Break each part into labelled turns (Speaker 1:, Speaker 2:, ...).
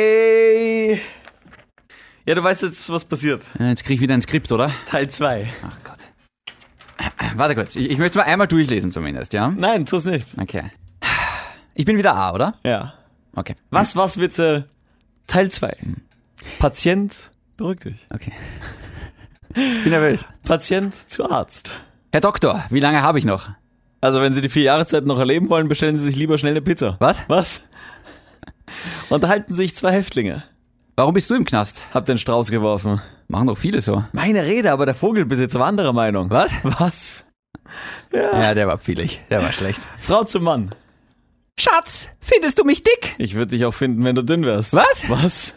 Speaker 1: Okay. Ja, du weißt jetzt, was passiert.
Speaker 2: Äh, Jetzt krieg ich wieder ein Skript, oder?
Speaker 1: Teil 2.
Speaker 2: Ach Gott. Äh, Warte kurz, ich, ich möchte es mal einmal durchlesen zumindest, ja?
Speaker 1: Nein, tu's nicht.
Speaker 2: Okay. Ich bin wieder A, oder?
Speaker 1: Ja.
Speaker 2: Okay.
Speaker 1: Was, was, Witze? Teil 2. Patient, beruhig dich.
Speaker 2: Okay. Ich bin nervös.
Speaker 1: Patient zu Arzt.
Speaker 2: Herr Doktor, wie lange habe ich noch?
Speaker 1: Also, wenn Sie die vier Jahreszeiten noch erleben wollen, bestellen Sie sich lieber schnell eine Pizza.
Speaker 2: Was?
Speaker 1: Was? Unterhalten sich zwei Häftlinge.
Speaker 2: Warum bist du im Knast?
Speaker 1: Hab den Strauß geworfen.
Speaker 2: Machen doch viele so.
Speaker 1: Meine Rede, aber der Vogelbesitzer war anderer Meinung.
Speaker 2: Was?
Speaker 1: Was?
Speaker 2: Ja, der war billig. Der war schlecht.
Speaker 1: Frau zum Mann.
Speaker 2: Schatz, findest du mich dick?
Speaker 1: Ich würde dich auch finden, wenn du dünn wärst.
Speaker 2: Was?
Speaker 1: Was?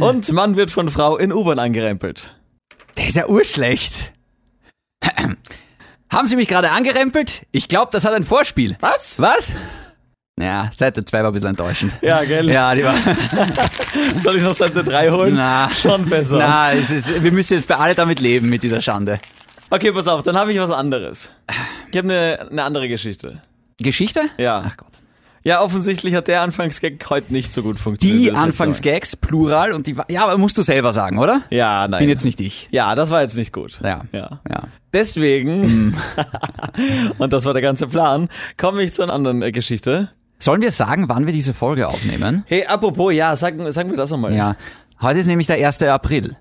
Speaker 1: Und Mann wird von Frau in U-Bahn angerempelt.
Speaker 2: Der ist ja urschlecht. Haben Sie mich gerade angerempelt? Ich glaube, das hat ein Vorspiel.
Speaker 1: Was?
Speaker 2: Was? Ja, Seite 2 war ein bisschen enttäuschend.
Speaker 1: Ja, gell?
Speaker 2: Ja, die war.
Speaker 1: Soll ich noch Seite 3 holen?
Speaker 2: Na,
Speaker 1: Schon besser.
Speaker 2: na es ist, wir müssen jetzt bei alle damit leben, mit dieser Schande.
Speaker 1: Okay, pass auf, dann habe ich was anderes. Ich habe eine ne andere Geschichte.
Speaker 2: Geschichte?
Speaker 1: Ja.
Speaker 2: Ach Gott.
Speaker 1: Ja, offensichtlich hat der Anfangsgag heute nicht so gut funktioniert.
Speaker 2: Die
Speaker 1: würde ich jetzt
Speaker 2: Anfangsgags, plural, und die. wa- Ja, aber musst du selber sagen, oder?
Speaker 1: sagen. Ja, nein.
Speaker 2: Bin jetzt nicht ich.
Speaker 1: ja, das war jetzt nicht gut.
Speaker 2: Ja.
Speaker 1: Ja.
Speaker 2: Ja.
Speaker 1: Deswegen,
Speaker 2: Hm.
Speaker 1: und das war der ganze Plan, komme ich zu einer anderen äh, Geschichte.
Speaker 2: Sollen wir sagen, wann wir diese Folge aufnehmen?
Speaker 1: Hey, apropos, ja, sagen, sagen wir das nochmal.
Speaker 2: Ja. Heute ist nämlich der 1. April.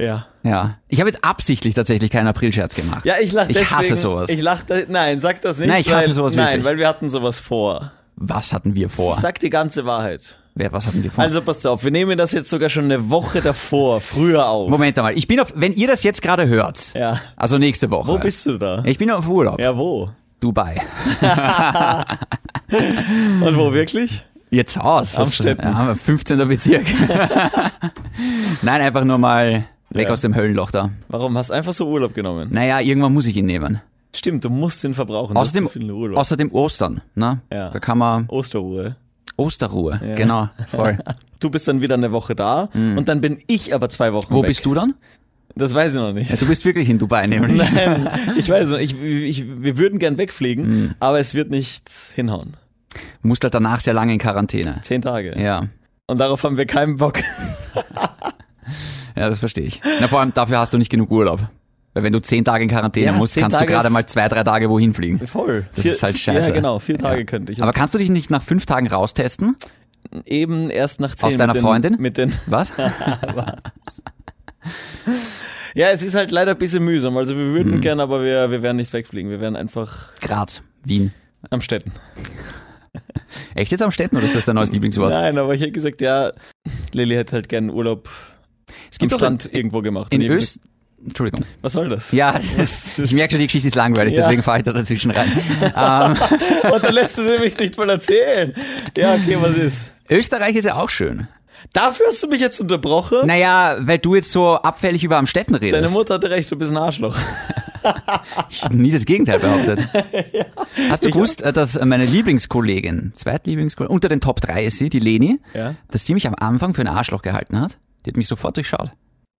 Speaker 1: ja.
Speaker 2: Ja. Ich habe jetzt absichtlich tatsächlich keinen Aprilscherz gemacht.
Speaker 1: Ja, ich lache
Speaker 2: Ich hasse
Speaker 1: deswegen-
Speaker 2: sowas.
Speaker 1: Ich lache, nein, sag das nicht.
Speaker 2: Nein, ich hasse
Speaker 1: weil,
Speaker 2: sowas
Speaker 1: Nein,
Speaker 2: wirklich.
Speaker 1: weil wir hatten sowas vor.
Speaker 2: Was hatten wir vor?
Speaker 1: Sag die ganze Wahrheit.
Speaker 2: Wer, was hatten wir vor?
Speaker 1: Also pass auf, wir nehmen das jetzt sogar schon eine Woche davor, früher auf.
Speaker 2: Moment einmal. Ich bin auf, wenn ihr das jetzt gerade hört,
Speaker 1: Ja.
Speaker 2: also nächste Woche.
Speaker 1: Wo bist du da?
Speaker 2: Ich bin auf Urlaub.
Speaker 1: Ja, wo?
Speaker 2: Dubai.
Speaker 1: Und
Speaker 2: Hm.
Speaker 1: wo wirklich?
Speaker 2: Jetzt aus.
Speaker 1: Amstetten.
Speaker 2: Ja, haben wir 15. Bezirk. Nein, einfach nur mal weg
Speaker 1: Ja.
Speaker 2: aus dem Höllenloch da.
Speaker 1: Warum hast du einfach so Urlaub genommen?
Speaker 2: Naja, irgendwann muss ich ihn nehmen.
Speaker 1: Stimmt, du musst den verbrauchen. du hast
Speaker 2: Außerdem,
Speaker 1: zu viel Urlaub.
Speaker 2: außerdem Ostern, ne?
Speaker 1: Ja.
Speaker 2: Da kann man
Speaker 1: Osterruhe.
Speaker 2: Osterruhe. Genau, voll.
Speaker 1: Du bist dann wieder eine Woche da und dann bin ich aber zwei Wochen
Speaker 2: Hm. Wo
Speaker 1: weg.
Speaker 2: bist du dann?
Speaker 1: Das weiß ich noch nicht.
Speaker 2: Ja, du bist wirklich in Dubai nämlich.
Speaker 1: Nein, ich weiß noch, ich, ich, wir würden gern wegfliegen,
Speaker 2: Hm.
Speaker 1: aber es wird nicht hinhauen.
Speaker 2: Du musst halt danach sehr lange in Quarantäne.
Speaker 1: Zehn Tage.
Speaker 2: Ja.
Speaker 1: Und darauf haben wir keinen Bock.
Speaker 2: Ja, das verstehe ich. Na, vor allem dafür hast du nicht genug Urlaub. Weil wenn du zehn Tage in Quarantäne
Speaker 1: Ja,
Speaker 2: musst,
Speaker 1: zehn
Speaker 2: kannst
Speaker 1: Tage
Speaker 2: du gerade
Speaker 1: ist-
Speaker 2: mal zwei, drei Tage wohin fliegen.
Speaker 1: Voll.
Speaker 2: Das ist halt scheiße.
Speaker 1: Ja, genau. Vier Tage
Speaker 2: Ja.
Speaker 1: könnte ich.
Speaker 2: Aber kannst du dich nicht nach fünf Tagen raustesten?
Speaker 1: eben erst nach zehn.
Speaker 2: Aus deiner
Speaker 1: mit den,
Speaker 2: Freundin?
Speaker 1: Mit den.
Speaker 2: Was?
Speaker 1: Ja, es ist halt leider ein bisschen mühsam. Also wir würden
Speaker 2: Hm.
Speaker 1: gern, aber wir, wir werden nicht wegfliegen. Wir werden einfach
Speaker 2: Graz, Wien.
Speaker 1: am Städten.
Speaker 2: Echt jetzt am Städten oder ist das dein neues Lieblingswort?
Speaker 1: Nein, aber ich hätte gesagt, ja, Lilly hätte halt gern Urlaub
Speaker 2: es
Speaker 1: am
Speaker 2: doch
Speaker 1: Strand
Speaker 2: in,
Speaker 1: irgendwo gemacht.
Speaker 2: in
Speaker 1: Und ich hab gesagt,
Speaker 2: Öst. Entschuldigung.
Speaker 1: Was soll das?
Speaker 2: Ja,
Speaker 1: Das ist-
Speaker 2: ich merke schon, die Geschichte ist langweilig,
Speaker 1: Ja.
Speaker 2: deswegen fahre ich da dazwischen rein. ähm,
Speaker 1: Und dann Oh, lässt du sie mich nicht mal erzählen. Ja, okay, was ist?
Speaker 2: Österreich ist ja auch schön.
Speaker 1: Dafür hast du mich jetzt unterbrochen?
Speaker 2: Naja, weil du jetzt so abfällig über Amstetten redest.
Speaker 1: Deine Mutter hatte recht, du bist ein Arschloch.
Speaker 2: Ich hab nie das Gegenteil behauptet. Hast du gewusst, äh, dass meine Lieblingskollegin, Zweitlieblingskollegin, unter den Top 3 ist sie, die Leni,
Speaker 1: Ja.
Speaker 2: dass die mich am Anfang für ein Arschloch gehalten hat? Die hat mich sofort durchschaut.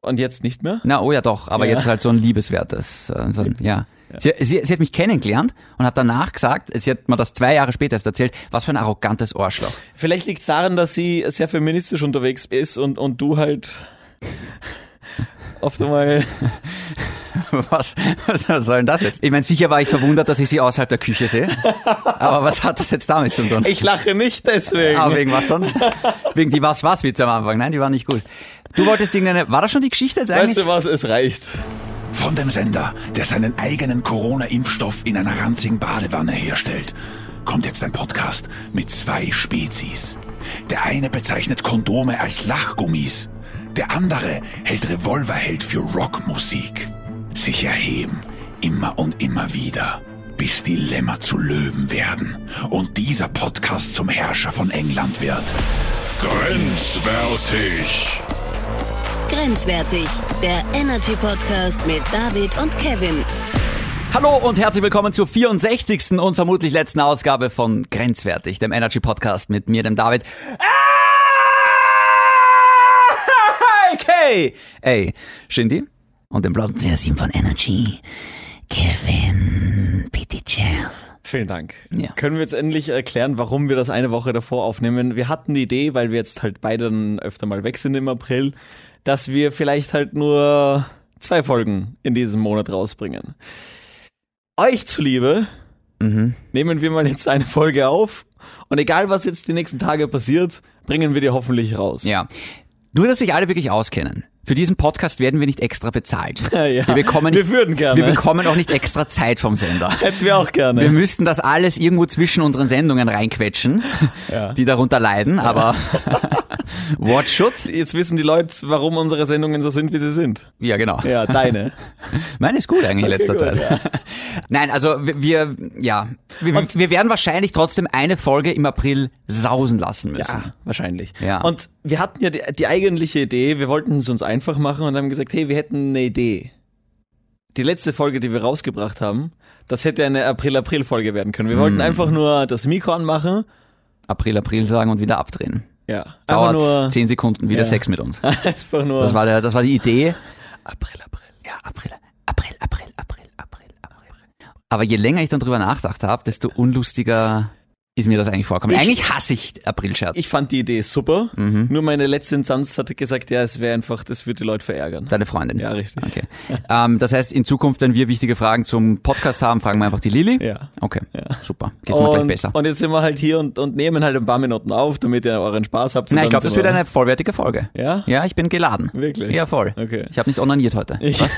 Speaker 1: Und jetzt nicht mehr?
Speaker 2: Na, oh ja doch, aber
Speaker 1: Ja.
Speaker 2: jetzt halt so ein liebeswertes, äh, so ein, ja. Sie, sie, sie hat mich kennengelernt und hat danach gesagt, sie hat mir das zwei Jahre später erst erzählt, was für ein arrogantes Arschloch.
Speaker 1: Vielleicht liegt es daran, dass sie sehr feministisch unterwegs ist und, und du halt oft einmal.
Speaker 2: Was, was soll denn das jetzt? Ich meine, sicher war ich verwundert, dass ich sie außerhalb der Küche sehe, aber was hat das jetzt damit zu tun?
Speaker 1: Ich lache nicht deswegen.
Speaker 2: Ah, wegen was sonst? wegen die Was-Was-Witze am Anfang. Nein, die waren nicht gut. Du wolltest irgendeine. War das schon die Geschichte jetzt eigentlich?
Speaker 1: weißt du was, es reicht.
Speaker 3: Von dem Sender, der seinen eigenen Corona-Impfstoff in einer ranzigen Badewanne herstellt, kommt jetzt ein Podcast mit zwei Spezies. Der eine bezeichnet Kondome als Lachgummis, der andere hält Revolverheld für Rockmusik. Sich erheben, immer und immer wieder, bis die Lämmer zu Löwen werden und dieser Podcast zum Herrscher von England wird.
Speaker 4: Grenzwertig.
Speaker 5: Grenzwertig, der Energy Podcast mit David und Kevin.
Speaker 2: Hallo und herzlich willkommen zur 64. und vermutlich letzten Ausgabe von Grenzwertig, dem Energy Podcast mit mir, dem David. Ah! Okay. Ey, Shindy und dem blonden Sim von Energy. Kevin, bitte Jeff.
Speaker 1: Vielen Dank.
Speaker 2: Ja.
Speaker 1: Können wir jetzt endlich erklären, warum wir das eine Woche davor aufnehmen? Wir hatten die Idee, weil wir jetzt halt beide dann öfter mal weg sind im April, dass wir vielleicht halt nur zwei Folgen in diesem Monat rausbringen. Euch zuliebe
Speaker 2: Mhm.
Speaker 1: nehmen wir mal jetzt eine Folge auf und egal was jetzt die nächsten Tage passiert, bringen wir die hoffentlich raus.
Speaker 2: Ja. Nur, dass sich alle wirklich auskennen. Für diesen Podcast werden wir nicht extra bezahlt.
Speaker 1: Ja. ne?
Speaker 2: Wir bekommen
Speaker 1: Wir
Speaker 2: nicht,
Speaker 1: würden gerne.
Speaker 2: Wir bekommen auch nicht extra Zeit vom Sender.
Speaker 1: Hätten wir auch gerne.
Speaker 2: Wir müssten das alles irgendwo zwischen unseren Sendungen reinquetschen,
Speaker 1: Ja.
Speaker 2: die darunter leiden, aber what should?
Speaker 1: Jetzt wissen die Leute, warum unsere Sendungen so sind, wie sie sind.
Speaker 2: Ja, genau.
Speaker 1: Ja, deine.
Speaker 2: Meine ist gut eigentlich in letzter
Speaker 1: gut,
Speaker 2: Zeit. Nein, also wir, wir ja, wir,
Speaker 1: Und-
Speaker 2: wir werden wahrscheinlich trotzdem eine Folge im April sausen lassen müssen.
Speaker 1: Ja, wahrscheinlich.
Speaker 2: Ja.
Speaker 1: Und wir hatten ja die, die eigentliche Idee, wir wollten es uns einfach machen und haben gesagt, hey, wir hätten eine Idee. Die letzte Folge, die wir rausgebracht haben, das hätte eine April-April-Folge werden können. Wir
Speaker 2: Mm.
Speaker 1: wollten einfach nur das Mikro anmachen.
Speaker 2: April, April sagen und wieder abdrehen.
Speaker 1: Ja. Einfach nur,
Speaker 2: Dauert zehn Sekunden wieder
Speaker 1: Ja.
Speaker 2: Sex mit uns.
Speaker 1: einfach nur.
Speaker 2: Das war, der, das war die Idee.
Speaker 1: April, April.
Speaker 2: Ja, April, April, April, April, April, April. Aber je länger ich dann drüber nachgedacht habe, desto unlustiger ist mir das eigentlich vorgekommen.
Speaker 1: Ich-
Speaker 2: eigentlich hasse ich Aprilscherz.
Speaker 1: Ich fand die Idee super.
Speaker 2: Mhm.
Speaker 1: Nur meine letzte Instanz hatte gesagt, ja, es wäre einfach, das würde die Leute verärgern.
Speaker 2: Deine Freundin.
Speaker 1: Ja, richtig.
Speaker 2: Okay. ähm, das heißt, in Zukunft, wenn wir wichtige Fragen zum Podcast haben, fragen wir einfach die Lilly.
Speaker 1: Ja.
Speaker 2: Okay, super. Geht's mir
Speaker 1: und,
Speaker 2: gleich besser.
Speaker 1: und jetzt sind wir halt hier und, und nehmen halt ein paar Minuten auf, damit ihr euren Spaß habt.
Speaker 2: Na, ich
Speaker 1: Und
Speaker 2: glaube,
Speaker 1: dann
Speaker 2: das
Speaker 1: sind
Speaker 2: wird eine vollwertige Folge.
Speaker 1: wir- Ja?
Speaker 2: Ja, ich bin geladen.
Speaker 1: Wirklich?
Speaker 2: Ja, voll.
Speaker 1: Okay.
Speaker 2: Ich habe nicht onaniert heute.
Speaker 1: Ich-
Speaker 2: was?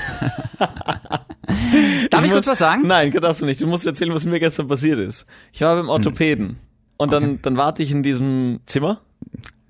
Speaker 2: Darf ich, kurz
Speaker 1: muss-
Speaker 2: was sagen?
Speaker 1: Nein, darfst du nicht. Du musst erzählen, was mir gestern passiert ist. Ich war
Speaker 2: Hm.
Speaker 1: beim Orthopäden. Und dann, dann warte ich in diesem Zimmer.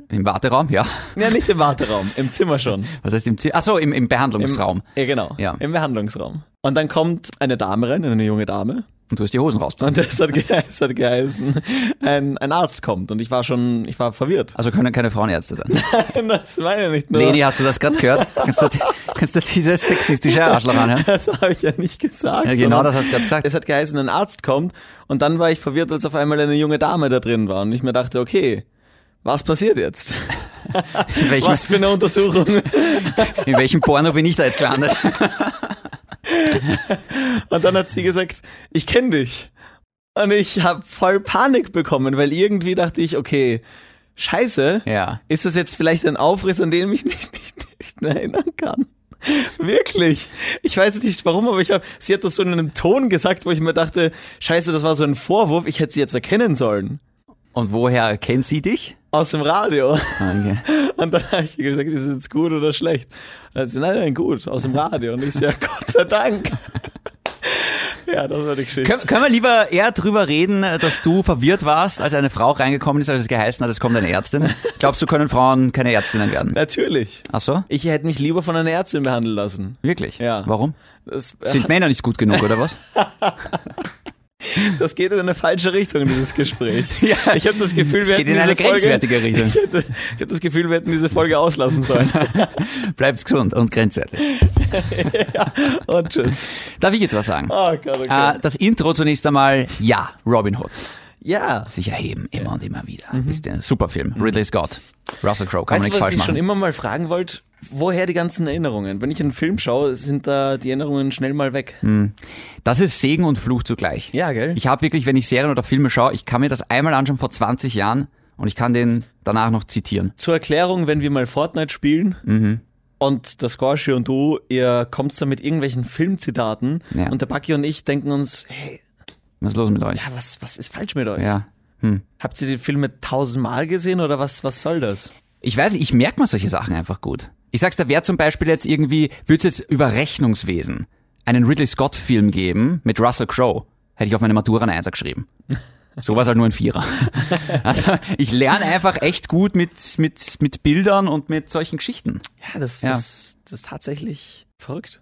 Speaker 2: Im Warteraum, ja.
Speaker 1: Ja, nicht im Warteraum, im Zimmer schon.
Speaker 2: Was heißt im Ziel? Achso, im, im
Speaker 1: Im
Speaker 2: Behandlungsraum.
Speaker 1: Ja, genau.
Speaker 2: Ja.
Speaker 1: Im Behandlungsraum. Und dann kommt eine Dame rein, eine junge Dame.
Speaker 2: Und du hast die Hosen raus.
Speaker 1: Und das hat, ge- es hat geheißen, ein, ein Arzt kommt. Und ich war schon, ich war verwirrt.
Speaker 2: Also können keine Frauenärzte sein.
Speaker 1: Das meine ich nicht nur.
Speaker 2: Leni, hast du das gerade gehört? Kannst du, kannst du dieses sexistische Arschloch anhören?
Speaker 1: Das habe ich ja nicht gesagt.
Speaker 2: Ja, genau
Speaker 1: sondern
Speaker 2: das hast du gerade gesagt.
Speaker 1: Es hat geheißen, ein Arzt kommt und dann war ich verwirrt, als auf einmal eine junge Dame da drin war und ich mir dachte, okay, was passiert jetzt?
Speaker 2: In welchem,
Speaker 1: Was für eine Untersuchung?
Speaker 2: in welchem Porno bin ich da jetzt gelandet?
Speaker 1: Und dann hat sie gesagt, ich kenne dich. Und ich habe voll Panik bekommen, weil irgendwie dachte ich, okay, scheiße,
Speaker 2: Ja.
Speaker 1: ist das jetzt vielleicht ein Aufriss, an den ich mich nicht, nicht, nicht mehr erinnern kann? Wirklich. Ich weiß nicht warum, aber ich hab, sie hat das so in einem Ton gesagt, wo ich mir dachte, scheiße, das war so ein Vorwurf, ich hätte sie jetzt erkennen sollen.
Speaker 2: Und woher kennt sie dich?
Speaker 1: Aus dem Radio.
Speaker 2: Okay.
Speaker 1: Und dann habe ich ihr gesagt, ist es jetzt gut oder schlecht? Und dann hat sie, nein, nein, gut, aus dem Radio. Und ich so, ja, Gott sei Dank. Ja, das war die Geschichte.
Speaker 2: Können, können wir lieber eher drüber reden, dass du verwirrt warst, als eine Frau reingekommen ist, als es geheißen hat, es kommt eine Ärztin? Glaubst du, können Frauen keine Ärztinnen werden?
Speaker 1: Natürlich.
Speaker 2: Ach so?
Speaker 1: Ich hätte mich lieber von einer Ärztin behandeln lassen.
Speaker 2: Wirklich?
Speaker 1: Ja.
Speaker 2: Warum?
Speaker 1: Das,
Speaker 2: Sind Männer nicht gut genug, oder was?
Speaker 1: das geht in eine falsche Richtung, dieses Gespräch.
Speaker 2: Ja.
Speaker 1: Ich habe das Gefühl,
Speaker 2: Es
Speaker 1: wir
Speaker 2: geht
Speaker 1: hätten
Speaker 2: in eine
Speaker 1: diese
Speaker 2: grenzwertige
Speaker 1: Folge,
Speaker 2: Richtung.
Speaker 1: Ich hätte, ich hätte das Gefühl, wir hätten diese Folge auslassen sollen.
Speaker 2: Bleib's gesund und grenzwertig.
Speaker 1: Und tschüss.
Speaker 2: Darf ich jetzt was sagen?
Speaker 1: Oh Gott, okay.
Speaker 2: Äh, das Intro zunächst einmal, ja, Robin Hood.
Speaker 1: ja. Mhm.
Speaker 2: sich erheben, immer und immer wieder. Ist der Superfilm. Ridley Scott. Russell Crowe, kann
Speaker 1: Weißt du,
Speaker 2: man nichts
Speaker 1: was
Speaker 2: falsch
Speaker 1: ich schon
Speaker 2: machen.
Speaker 1: immer mal fragen wollte? Woher die ganzen Erinnerungen? Wenn ich einen Film schaue, sind da die Erinnerungen schnell mal weg.
Speaker 2: Das ist Segen und Fluch zugleich.
Speaker 1: Ja, gell?
Speaker 2: Ich habe wirklich, wenn ich Serien oder Filme schaue, ich kann mir das einmal anschauen vor 20 Jahren und ich kann den danach noch zitieren.
Speaker 1: Zur Erklärung, wenn wir mal Fortnite spielen und der Scorchi und du, ihr kommt da mit irgendwelchen Filmzitaten
Speaker 2: Ja.
Speaker 1: und der Bucky und ich denken uns, hey,
Speaker 2: Was ist los mit euch?
Speaker 1: ja, was, was ist falsch mit euch?
Speaker 2: Ja.
Speaker 1: Habt ihr die Filme tausendmal gesehen oder was, was soll das?
Speaker 2: Ich weiß nicht, ich merke mir solche Sachen einfach gut. Ich sag's, da wäre zum Beispiel jetzt irgendwie, würde es jetzt über Rechnungswesen einen Ridley Scott-Film geben mit Russell Crowe, hätte ich auf meine Matura eine Einser geschrieben. Sowas halt nur ein Vierer. Also ich lerne einfach echt gut mit, mit, mit Bildern und mit solchen Geschichten.
Speaker 1: Ja, das,
Speaker 2: Ja.
Speaker 1: Das, das ist tatsächlich verrückt.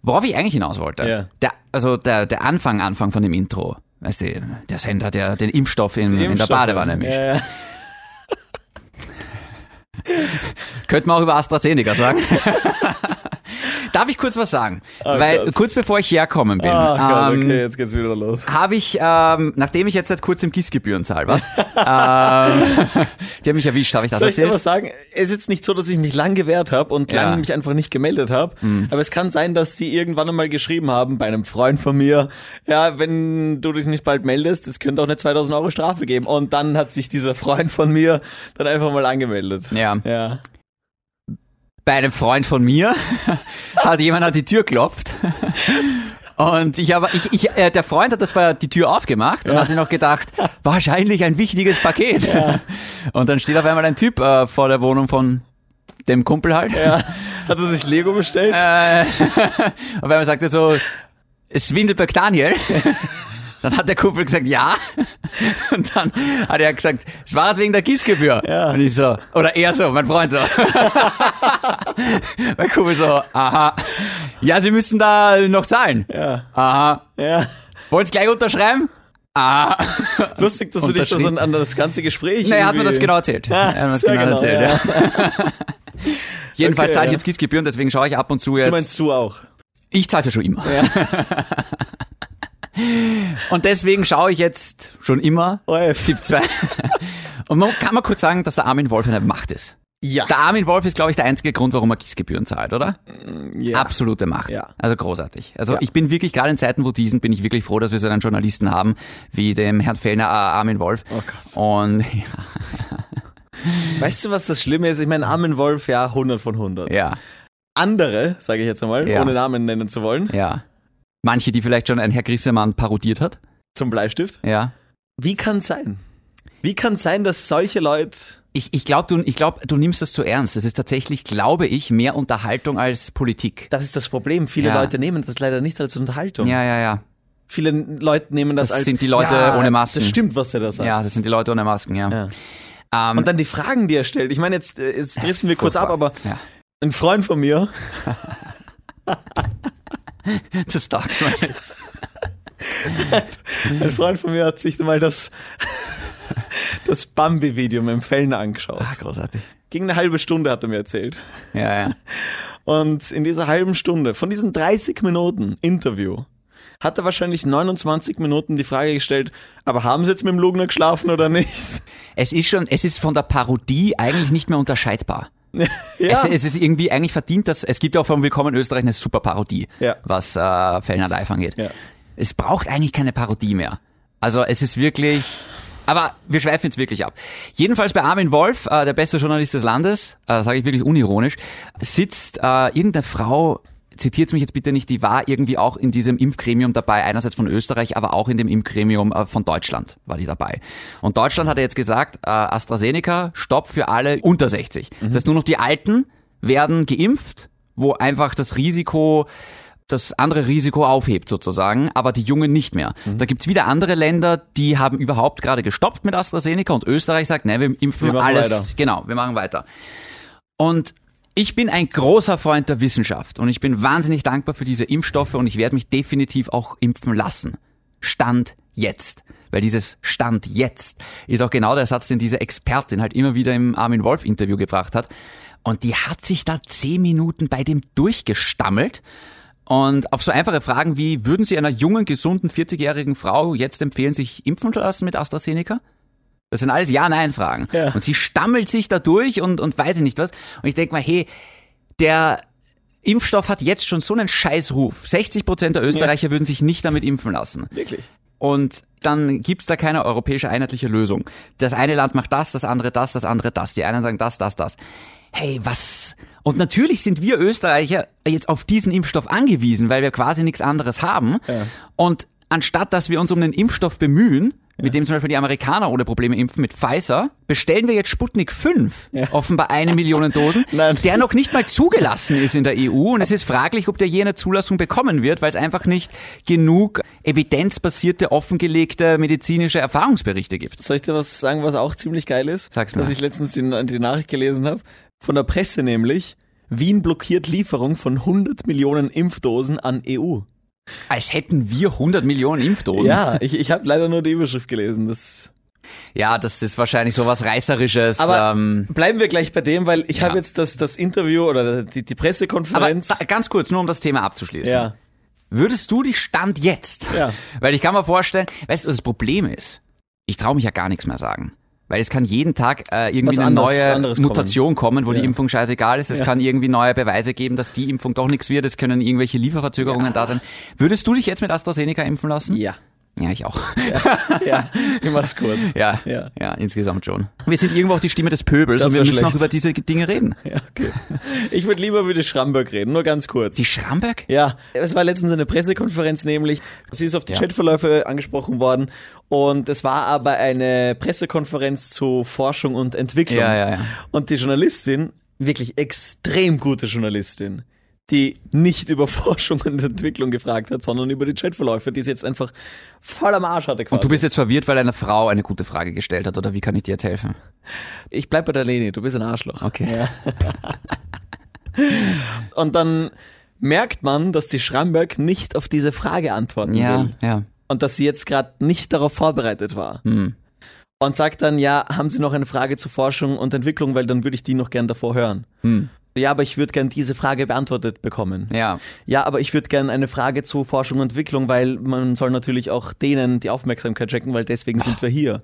Speaker 2: Worauf ich eigentlich hinaus wollte,
Speaker 1: Ja.
Speaker 2: der, also der, der Anfang, Anfang von dem Intro. Weißt du, der Sender, der den Impfstoff in, in der
Speaker 1: Impfstoffe.
Speaker 2: Badewanne mischt.
Speaker 1: Ja, ja.
Speaker 2: Könnte man auch über AstraZeneca sagen. Darf ich kurz was sagen? Weil
Speaker 1: Oh Gott.
Speaker 2: kurz bevor ich herkommen bin,
Speaker 1: Ah, Gott,
Speaker 2: ähm,
Speaker 1: okay, jetzt geht's wieder los.
Speaker 2: habe ich, ähm, nachdem ich jetzt seit kurzem Gießgebühren zahle, was? ähm, die haben mich erwischt, habe ich das
Speaker 1: Soll ich dir
Speaker 2: erzählt?
Speaker 1: was sagen? Es ist jetzt nicht so, dass ich mich lang gewehrt habe und
Speaker 2: Ja. Mhm.
Speaker 1: lang mich einfach nicht gemeldet habe. Aber es kann sein, dass die irgendwann einmal geschrieben haben bei einem Freund von mir, ja, wenn du dich nicht bald meldest, es könnte auch eine 2000 Euro Strafe geben. Und dann hat sich dieser Freund von mir dann einfach mal angemeldet.
Speaker 2: Ja.
Speaker 1: Ja.
Speaker 2: Bei einem Freund von mir hat jemand an die Tür geklopft. Und ich habe, ich, ich, äh, der Freund hat das bei die Tür aufgemacht und hat sich noch gedacht, wahrscheinlich ein wichtiges Paket. Und dann steht auf einmal ein Typ äh, vor der Wohnung von dem Kumpel halt.
Speaker 1: ja. Hat er sich Lego bestellt?
Speaker 2: Äh, und wenn man sagte so, es windelt bei Daniel, dann hat der Kumpel gesagt, ja. Und dann hat er gesagt, es war halt wegen der Gießgebühr.
Speaker 1: Ja.
Speaker 2: Und ich so, oder er so, mein Freund so. mein Kumpel so, aha. Ja, Sie müssen da noch zahlen.
Speaker 1: Ja.
Speaker 2: Aha.
Speaker 1: Ja.
Speaker 2: Wollen Sie gleich unterschreiben? Aha.
Speaker 1: Lustig, dass du dich das an, an das ganze Gespräch.
Speaker 2: Nee, er hat mir
Speaker 1: irgendwie-
Speaker 2: das genau erzählt.
Speaker 1: Ja,
Speaker 2: er hat mir das
Speaker 1: sehr
Speaker 2: genau,
Speaker 1: genau,
Speaker 2: erzählt, ja. Jedenfalls
Speaker 1: Okay,
Speaker 2: zahle ich
Speaker 1: ja.
Speaker 2: jetzt Gießgebühren, deswegen schaue ich ab und zu jetzt.
Speaker 1: Du meinst du auch.
Speaker 2: Ich zahle ja schon immer. Und deswegen schaue ich jetzt schon immer
Speaker 1: OF.
Speaker 2: Zip 2. Und man kann mal kurz sagen, dass der Armin Wolf eine Macht ist.
Speaker 1: Ja.
Speaker 2: Der Armin Wolf ist, glaube ich, der einzige Grund, warum er Gießgebühren zahlt, oder?
Speaker 1: ja.
Speaker 2: Absolute Macht.
Speaker 1: Ja.
Speaker 2: Also großartig. Also
Speaker 1: Ja.
Speaker 2: ich bin wirklich, gerade in Zeiten wo diesen, bin ich wirklich froh, dass wir so einen Journalisten haben, wie dem Herrn Fellner äh, Armin Wolf.
Speaker 1: Oh Gott.
Speaker 2: Und ja,
Speaker 1: Weißt du, was das Schlimme ist? Ich meine, Armin Wolf, ja, 100 von 100.
Speaker 2: ja,
Speaker 1: andere, sage ich jetzt einmal,
Speaker 2: Ja.
Speaker 1: ohne Namen nennen zu wollen,
Speaker 2: ja. Manche, die vielleicht schon ein Herr Grissemann parodiert hat.
Speaker 1: zum Bleistift.
Speaker 2: Ja.
Speaker 1: Wie kann sein? Wie kann sein, dass solche Leute.
Speaker 2: Ich, ich glaube, du, ich glaub, du nimmst das zu ernst. Das ist tatsächlich, glaube ich, mehr Unterhaltung als Politik.
Speaker 1: Das ist das Problem. Viele
Speaker 2: Ja.
Speaker 1: Leute nehmen das leider nicht als Unterhaltung.
Speaker 2: Ja, ja, ja.
Speaker 1: Viele Leute nehmen das,
Speaker 2: Das
Speaker 1: als.
Speaker 2: sind die Leute
Speaker 1: ja,
Speaker 2: ohne Masken.
Speaker 1: Das stimmt, was er da sagt.
Speaker 2: Ja, das sind die Leute ohne Masken, ja.
Speaker 1: Ja.
Speaker 2: Ähm,
Speaker 1: Und dann die Fragen, die er stellt. Ich meine, jetzt, äh, jetzt driften wir kurz ab,
Speaker 2: furchtbar.
Speaker 1: aber ein Freund von mir,
Speaker 2: ja. das taugt mir jetzt. Mhm.
Speaker 1: ein Freund von mir hat sich mal das, das Bambi-Video mit dem Fellner angeschaut.
Speaker 2: Ah, großartig.
Speaker 1: Gegen eine halbe Stunde hat er mir erzählt.
Speaker 2: Ja, ja.
Speaker 1: Und in dieser halben Stunde, von diesen 30 Minuten Interview, hat er wahrscheinlich 29 Minuten die Frage gestellt, aber haben sie jetzt mit dem Lugner geschlafen oder nicht?
Speaker 2: Es ist schon, es ist von der Parodie eigentlich nicht mehr unterscheidbar. Es, es ist irgendwie eigentlich verdient, dass es gibt ja auch von Willkommen in Österreich eine super Parodie,
Speaker 1: Ja.
Speaker 2: was äh, Fellner Live angeht.
Speaker 1: Ja.
Speaker 2: Es braucht eigentlich keine Parodie mehr. Also es ist wirklich. Aber wir schweifen jetzt wirklich ab. Jedenfalls bei Armin Wolf, äh, der beste Journalist des Landes, äh, sage ich wirklich unironisch, sitzt äh, irgendeine Frau, zitiert mich jetzt bitte nicht, die war irgendwie auch in diesem Impfgremium dabei, einerseits von Österreich, aber auch in dem Impfgremium äh, von Deutschland war die dabei. Und Deutschland hat ja jetzt gesagt, äh, AstraZeneca, Stopp für alle unter 60. Das heißt, nur noch die Alten werden geimpft, wo einfach das Risiko das andere Risiko aufhebt sozusagen, aber die Jungen nicht mehr.
Speaker 1: Mhm.
Speaker 2: Da gibt's wieder andere Länder, die haben überhaupt gerade gestoppt mit AstraZeneca und Österreich sagt, nein, wir impfen
Speaker 1: Wir machen
Speaker 2: alles.
Speaker 1: weiter.
Speaker 2: Genau, wir machen weiter. Und ich bin ein großer Freund der Wissenschaft und ich bin wahnsinnig dankbar für diese Impfstoffe und ich werde mich definitiv auch impfen lassen. Stand jetzt. Weil dieses Stand jetzt ist auch genau der Satz, den diese Expertin halt immer wieder im Armin Wolf Interview gebracht hat. Und die hat sich da zehn Minuten bei dem durchgestammelt und auf so einfache Fragen wie, würden Sie einer jungen, gesunden 40-jährigen Frau jetzt empfehlen, sich impfen zu lassen mit AstraZeneca? Das sind alles Ja-Nein-Fragen.
Speaker 1: Ja.
Speaker 2: Und sie stammelt sich da durch und, und weiß ich nicht was. Und ich denke mal, hey, der Impfstoff hat jetzt schon so einen Scheißruf. 60 Prozent der Österreicher würden sich nicht damit impfen lassen.
Speaker 1: Wirklich.
Speaker 2: Und dann gibt's da keine europäische einheitliche Lösung. Das eine Land macht das, das andere das, das andere das. Die einen sagen das, das, das. Hey, was? Und natürlich sind wir Österreicher jetzt auf diesen Impfstoff angewiesen, weil wir quasi nichts anderes haben. Und anstatt, dass wir uns um den Impfstoff bemühen, mit dem zum Beispiel die Amerikaner ohne Probleme impfen, mit Pfizer, bestellen wir jetzt Sputnik 5, offenbar eine Million Dosen,
Speaker 1: Nein.
Speaker 2: der noch nicht mal zugelassen ist in der EU und es ist fraglich, ob der jene Zulassung bekommen wird, weil es einfach nicht genug evidenzbasierte, offengelegte medizinische Erfahrungsberichte gibt.
Speaker 1: Soll ich dir was sagen, was auch ziemlich geil ist?
Speaker 2: Sag's mal.
Speaker 1: Dass ich letztens die, die Nachricht gelesen habe. Von der Presse nämlich. Wien blockiert Lieferung von 100 Millionen Impfdosen an E EU.
Speaker 2: Als hätten wir 100 Millionen Impfdosen.
Speaker 1: Ja, ich, ich habe leider nur die Überschrift gelesen. Das
Speaker 2: Ja, das ist wahrscheinlich so was Reißerisches.
Speaker 1: Aber
Speaker 2: ähm,
Speaker 1: bleiben wir gleich bei dem, weil ich
Speaker 2: ja.
Speaker 1: habe jetzt das, das Interview oder die, die
Speaker 2: aber
Speaker 1: Pressekonferenz.
Speaker 2: da- ganz kurz, nur um das Thema abzuschließen.
Speaker 1: ja.
Speaker 2: Würdest du dich Stand jetzt?
Speaker 1: Ja.
Speaker 2: Weil ich kann mir vorstellen, weißt du, das Problem ist, ich traue mich ja gar nichts mehr sagen. Weil es kann jeden Tag äh, irgendwie
Speaker 1: Was
Speaker 2: eine
Speaker 1: anderes-
Speaker 2: neue
Speaker 1: anderes kommen.
Speaker 2: Mutation kommen, wo die
Speaker 1: Ja.
Speaker 2: Impfung scheißegal ist. Es
Speaker 1: Ja.
Speaker 2: kann irgendwie neue Beweise geben, dass die Impfung doch nichts wird. Es können irgendwelche Lieferverzögerungen da sein. Würdest du dich jetzt mit AstraZeneca impfen lassen?
Speaker 1: Ja.
Speaker 2: Ja, ich auch.
Speaker 1: Ja. Ich mach's kurz.
Speaker 2: Ja, ja,
Speaker 1: Ja.
Speaker 2: insgesamt schon. Wir sind irgendwo auch die Stimme des Pöbels
Speaker 1: Das
Speaker 2: und wir
Speaker 1: war
Speaker 2: müssen
Speaker 1: schlecht.
Speaker 2: auch über diese Dinge reden.
Speaker 1: Ja, okay. Ich würde lieber über die Schramberg reden, nur ganz kurz.
Speaker 2: Die Schramberg?
Speaker 1: Ja, es war letztens eine Pressekonferenz nämlich. Sie ist auf die
Speaker 2: Ja.
Speaker 1: Chatverläufe angesprochen worden und es war aber eine Pressekonferenz zu Forschung und Entwicklung.
Speaker 2: Ja, ja, ja.
Speaker 1: Und die Journalistin, wirklich extrem gute Journalistin, die nicht über Forschung und Entwicklung gefragt hat, sondern über die Chatverläufe, die es jetzt einfach voll am Arsch hatte quasi.
Speaker 2: Und du bist jetzt verwirrt, weil eine Frau eine gute Frage gestellt hat, oder wie kann ich dir jetzt helfen?
Speaker 1: ich bleib bei der Leni, du bist ein Arschloch.
Speaker 2: Okay.
Speaker 1: Ja. und dann merkt man, dass die Schramberg nicht auf diese Frage antworten
Speaker 2: Ja,
Speaker 1: will.
Speaker 2: ja.
Speaker 1: und dass sie jetzt gerade nicht darauf vorbereitet war.
Speaker 2: Hm.
Speaker 1: Und sagt dann, ja, haben Sie noch eine Frage zu Forschung und Entwicklung, weil dann würde ich die noch gern davor hören. Ja, aber ich würde gern diese Frage beantwortet bekommen.
Speaker 2: Hm. Ja,
Speaker 1: Ja, aber ich würde gern eine Frage zu Forschung und Entwicklung, weil man soll natürlich auch denen die Aufmerksamkeit checken, weil deswegen sind wir hier.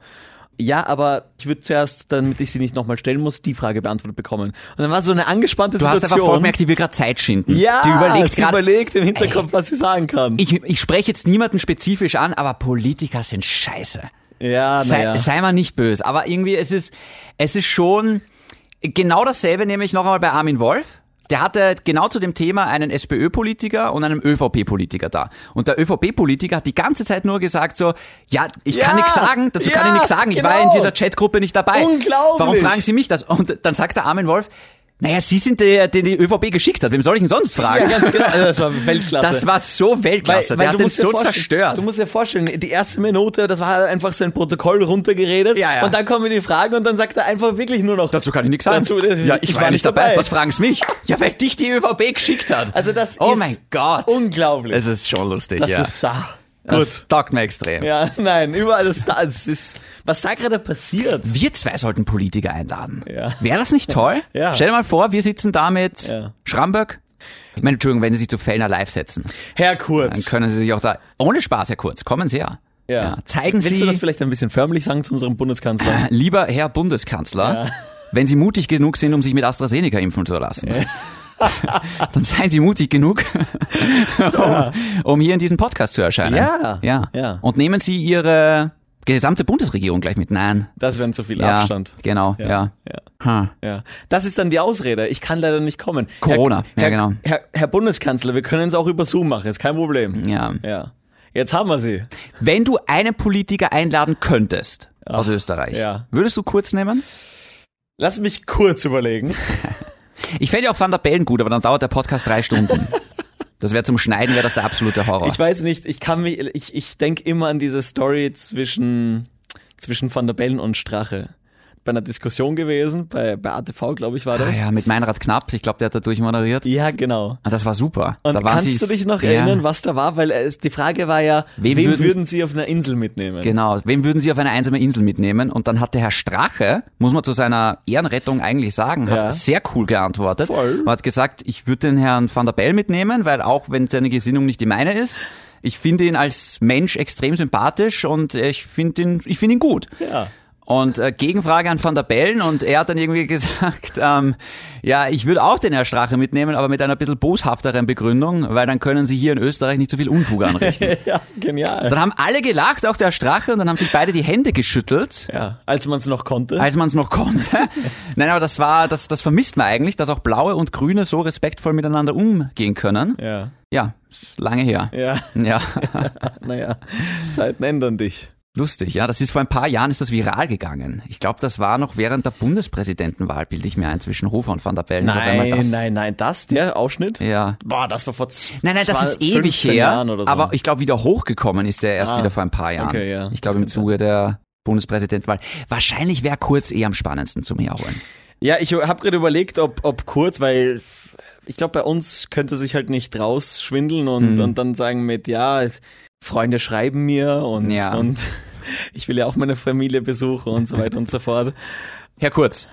Speaker 1: Ja, aber ich würde zuerst, damit ich sie nicht nochmal stellen muss, die Frage beantwortet bekommen. Und dann war so eine angespannte
Speaker 2: Du hast
Speaker 1: Situation.
Speaker 2: einfach vorgemerkt, die wir gerade Zeit schinden.
Speaker 1: ja,
Speaker 2: die überlegt
Speaker 1: sie
Speaker 2: gerade.
Speaker 1: überlegt im Hinterkopf, was sie sagen kann.
Speaker 2: ich, ich spreche jetzt niemanden spezifisch an, aber Politiker sind scheiße.
Speaker 1: ja,
Speaker 2: Sei,
Speaker 1: naja.
Speaker 2: sei mal nicht böse. Aber irgendwie, es ist, es ist schon genau dasselbe, nämlich noch einmal bei Armin Wolf. Der hatte genau zu dem Thema einen SPÖ-Politiker und einen ÖVP-Politiker da. Und der ÖVP-Politiker hat die ganze Zeit nur gesagt so, ja, ich
Speaker 1: Ja,
Speaker 2: kann nichts sagen, dazu kann
Speaker 1: ja,
Speaker 2: ich nichts sagen, ich war in
Speaker 1: genau.
Speaker 2: dieser Chatgruppe nicht dabei.
Speaker 1: Unglaublich.
Speaker 2: Warum fragen Sie mich das? Und dann sagt der Armin Wolf, naja, Sie sind der, den die ÖVP geschickt hat, wem soll ich denn sonst
Speaker 1: Ja,
Speaker 2: fragen?
Speaker 1: ganz genau. Also das war Weltklasse.
Speaker 2: Das war so Weltklasse. der hat
Speaker 1: du
Speaker 2: den
Speaker 1: musst dir
Speaker 2: so
Speaker 1: vorstellen-
Speaker 2: zerstört.
Speaker 1: Du musst dir vorstellen, die erste Minute, das war einfach sein Protokoll runtergeredet.
Speaker 2: Ja, ja.
Speaker 1: Und dann kommen die Fragen und dann sagt er einfach wirklich nur noch.
Speaker 2: Dazu kann ich nichts sagen.
Speaker 1: Dazu, das-
Speaker 2: ja, ich, war, nicht dabei. Was fragen Sie mich? Ja, weil dich die ÖVP geschickt hat.
Speaker 1: Also das
Speaker 2: oh
Speaker 1: ist
Speaker 2: mein Gott.
Speaker 1: unglaublich.
Speaker 2: Es ist schon lustig,
Speaker 1: das
Speaker 2: ja.
Speaker 1: ist ah, gut.
Speaker 2: das taugt mir extrem.
Speaker 1: Ja, nein, überall das da. Es ist, was da gerade passiert.
Speaker 2: Wir zwei sollten Politiker einladen.
Speaker 1: Ja.
Speaker 2: Wäre das nicht toll?
Speaker 1: Ja.
Speaker 2: Stell dir mal vor, wir sitzen da mit
Speaker 1: Ja.
Speaker 2: Schramböck. Ich meine, Entschuldigung, wenn Sie sich zu Fellner live setzen,
Speaker 1: Herr
Speaker 2: dann
Speaker 1: Kurz.
Speaker 2: können Sie sich auch da, ohne Spaß, Herr Kurz, kommen Sie her. Zeigen
Speaker 1: Willst
Speaker 2: Sie, Äh,
Speaker 1: du das vielleicht ein bisschen förmlich sagen zu unserem Bundeskanzler?
Speaker 2: lieber Herr Bundeskanzler, wenn Sie mutig genug sind, um sich mit AstraZeneca impfen zu lassen, dann seien Sie mutig genug, um, um hier in diesem Podcast zu erscheinen.
Speaker 1: Ja.
Speaker 2: ja.
Speaker 1: Ja.
Speaker 2: Und nehmen Sie Ihre gesamte Bundesregierung gleich mit. Nein.
Speaker 1: Das wäre zu viel
Speaker 2: ja,
Speaker 1: Abstand.
Speaker 2: Genau, ja.
Speaker 1: ja.
Speaker 2: Ha.
Speaker 1: Ja, das ist dann die Ausrede. Ich kann leider nicht kommen.
Speaker 2: Corona,
Speaker 1: Herr, Herr,
Speaker 2: ja, genau.
Speaker 1: Herr, Herr Bundeskanzler, wir können es auch über Zoom machen, ist kein Problem.
Speaker 2: Ja.
Speaker 1: Ja. Jetzt haben wir sie.
Speaker 2: Wenn du einen Politiker einladen könntest aus Österreich,
Speaker 1: ja.
Speaker 2: würdest du kurz nehmen?
Speaker 1: Lass mich kurz überlegen.
Speaker 2: Ich fände ja auch Van der Bellen gut, aber dann dauert der Podcast drei Stunden. Das wäre zum Schneiden, wäre das der absolute Horror.
Speaker 1: Ich weiß nicht, ich kann mich, ich, ich denke immer an diese Story zwischen, zwischen Van der Bellen und Strache. Bei einer Diskussion gewesen, bei, bei ATV, glaube ich, war
Speaker 2: ah,
Speaker 1: das.
Speaker 2: ja, mit Meinrad Knapp, ich glaube, der hat da durchmoderiert.
Speaker 1: ja, genau.
Speaker 2: Ah, das war super.
Speaker 1: Und
Speaker 2: da waren
Speaker 1: kannst
Speaker 2: sie,
Speaker 1: du dich noch
Speaker 2: ja,
Speaker 1: erinnern, was da war? Weil äh, es, die Frage war ja,
Speaker 2: Wen
Speaker 1: wen,
Speaker 2: würden-
Speaker 1: würden, sie auf einer Insel mitnehmen?
Speaker 2: Genau, wen würden Sie auf eine einsame Insel mitnehmen? Und dann hat der Herr Strache, muss man zu seiner Ehrenrettung eigentlich sagen, hat
Speaker 1: Ja.
Speaker 2: sehr cool geantwortet
Speaker 1: Voll.
Speaker 2: und hat gesagt, ich würde den Herrn Van der Bell mitnehmen, weil auch wenn seine Gesinnung nicht die meine ist, ich finde ihn als Mensch extrem sympathisch und ich finde ihn, ich finde ihn gut.
Speaker 1: Ja.
Speaker 2: Und äh, Gegenfrage an Van der Bellen und er hat dann irgendwie gesagt, ähm, ja, ich würde auch den Herr Strache mitnehmen, aber mit einer bisschen boshafteren Begründung, weil dann können sie hier in Österreich nicht so viel Unfug anrichten.
Speaker 1: Ja, genial.
Speaker 2: dann haben alle gelacht, auch der Herr Strache, und dann haben sich beide die Hände geschüttelt,
Speaker 1: Ja, als man es noch konnte.
Speaker 2: als man es noch konnte. Nein, aber das war, das, das vermisst man eigentlich, dass auch Blaue und Grüne so respektvoll miteinander umgehen können.
Speaker 1: ja.
Speaker 2: Ja, ist lange her.
Speaker 1: Ja,
Speaker 2: Ja,
Speaker 1: naja, Zeiten ändern dich.
Speaker 2: lustig, ja. Das ist vor ein paar Jahren ist das viral gegangen. Ich glaube, das war noch während der Bundespräsidentenwahl, bilde ich mir ein, zwischen Hofer und Van der Bellen. ist auf einmal das.
Speaker 1: nein, nein, das, der Ausschnitt?
Speaker 2: Ja.
Speaker 1: Boah, das war vor z-
Speaker 2: Nein, nein, das
Speaker 1: zwei-
Speaker 2: ist ewig
Speaker 1: 15
Speaker 2: her.
Speaker 1: Jahren oder so.
Speaker 2: Aber ich glaube, wieder hochgekommen ist der erst
Speaker 1: Ah,
Speaker 2: wieder vor ein paar Jahren.
Speaker 1: okay, ja.
Speaker 2: Ich glaube, im Zuge der Bundespräsidentenwahl. Wahrscheinlich wäre Kurz eh am spannendsten zum Herholen.
Speaker 1: ja, ich habe gerade überlegt, ob, ob kurz, weil ich glaube, bei uns könnte sich halt nicht
Speaker 2: Hm.
Speaker 1: rausschwindeln und, und dann sagen mit, ja, Freunde schreiben mir und,
Speaker 2: Ja.
Speaker 1: und Ich will ja auch meine Familie besuchen und so weiter und so fort.
Speaker 2: Herr Kurz,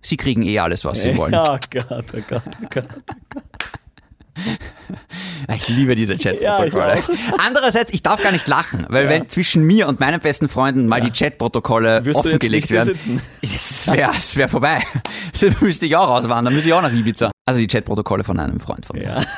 Speaker 2: Sie kriegen eh alles, was Sie wollen.
Speaker 1: Ja, Gott, oh Gott, oh Gott.
Speaker 2: Ich liebe diese
Speaker 1: Ja,
Speaker 2: Chat-Protokolle.
Speaker 1: ich
Speaker 2: Andererseits, ich darf gar nicht lachen, weil wenn zwischen mir und meinen besten Freunden mal die Chat-Protokolle
Speaker 1: Wirst du jetzt
Speaker 2: offengelegt
Speaker 1: nicht hier
Speaker 2: werden,
Speaker 1: sitzen?
Speaker 2: es wäre es wär vorbei. Dann müsste ich auch rauswandern, müsste ich auch nach Ibiza. Also die Chat-Protokolle von einem Freund von mir.
Speaker 1: Ja.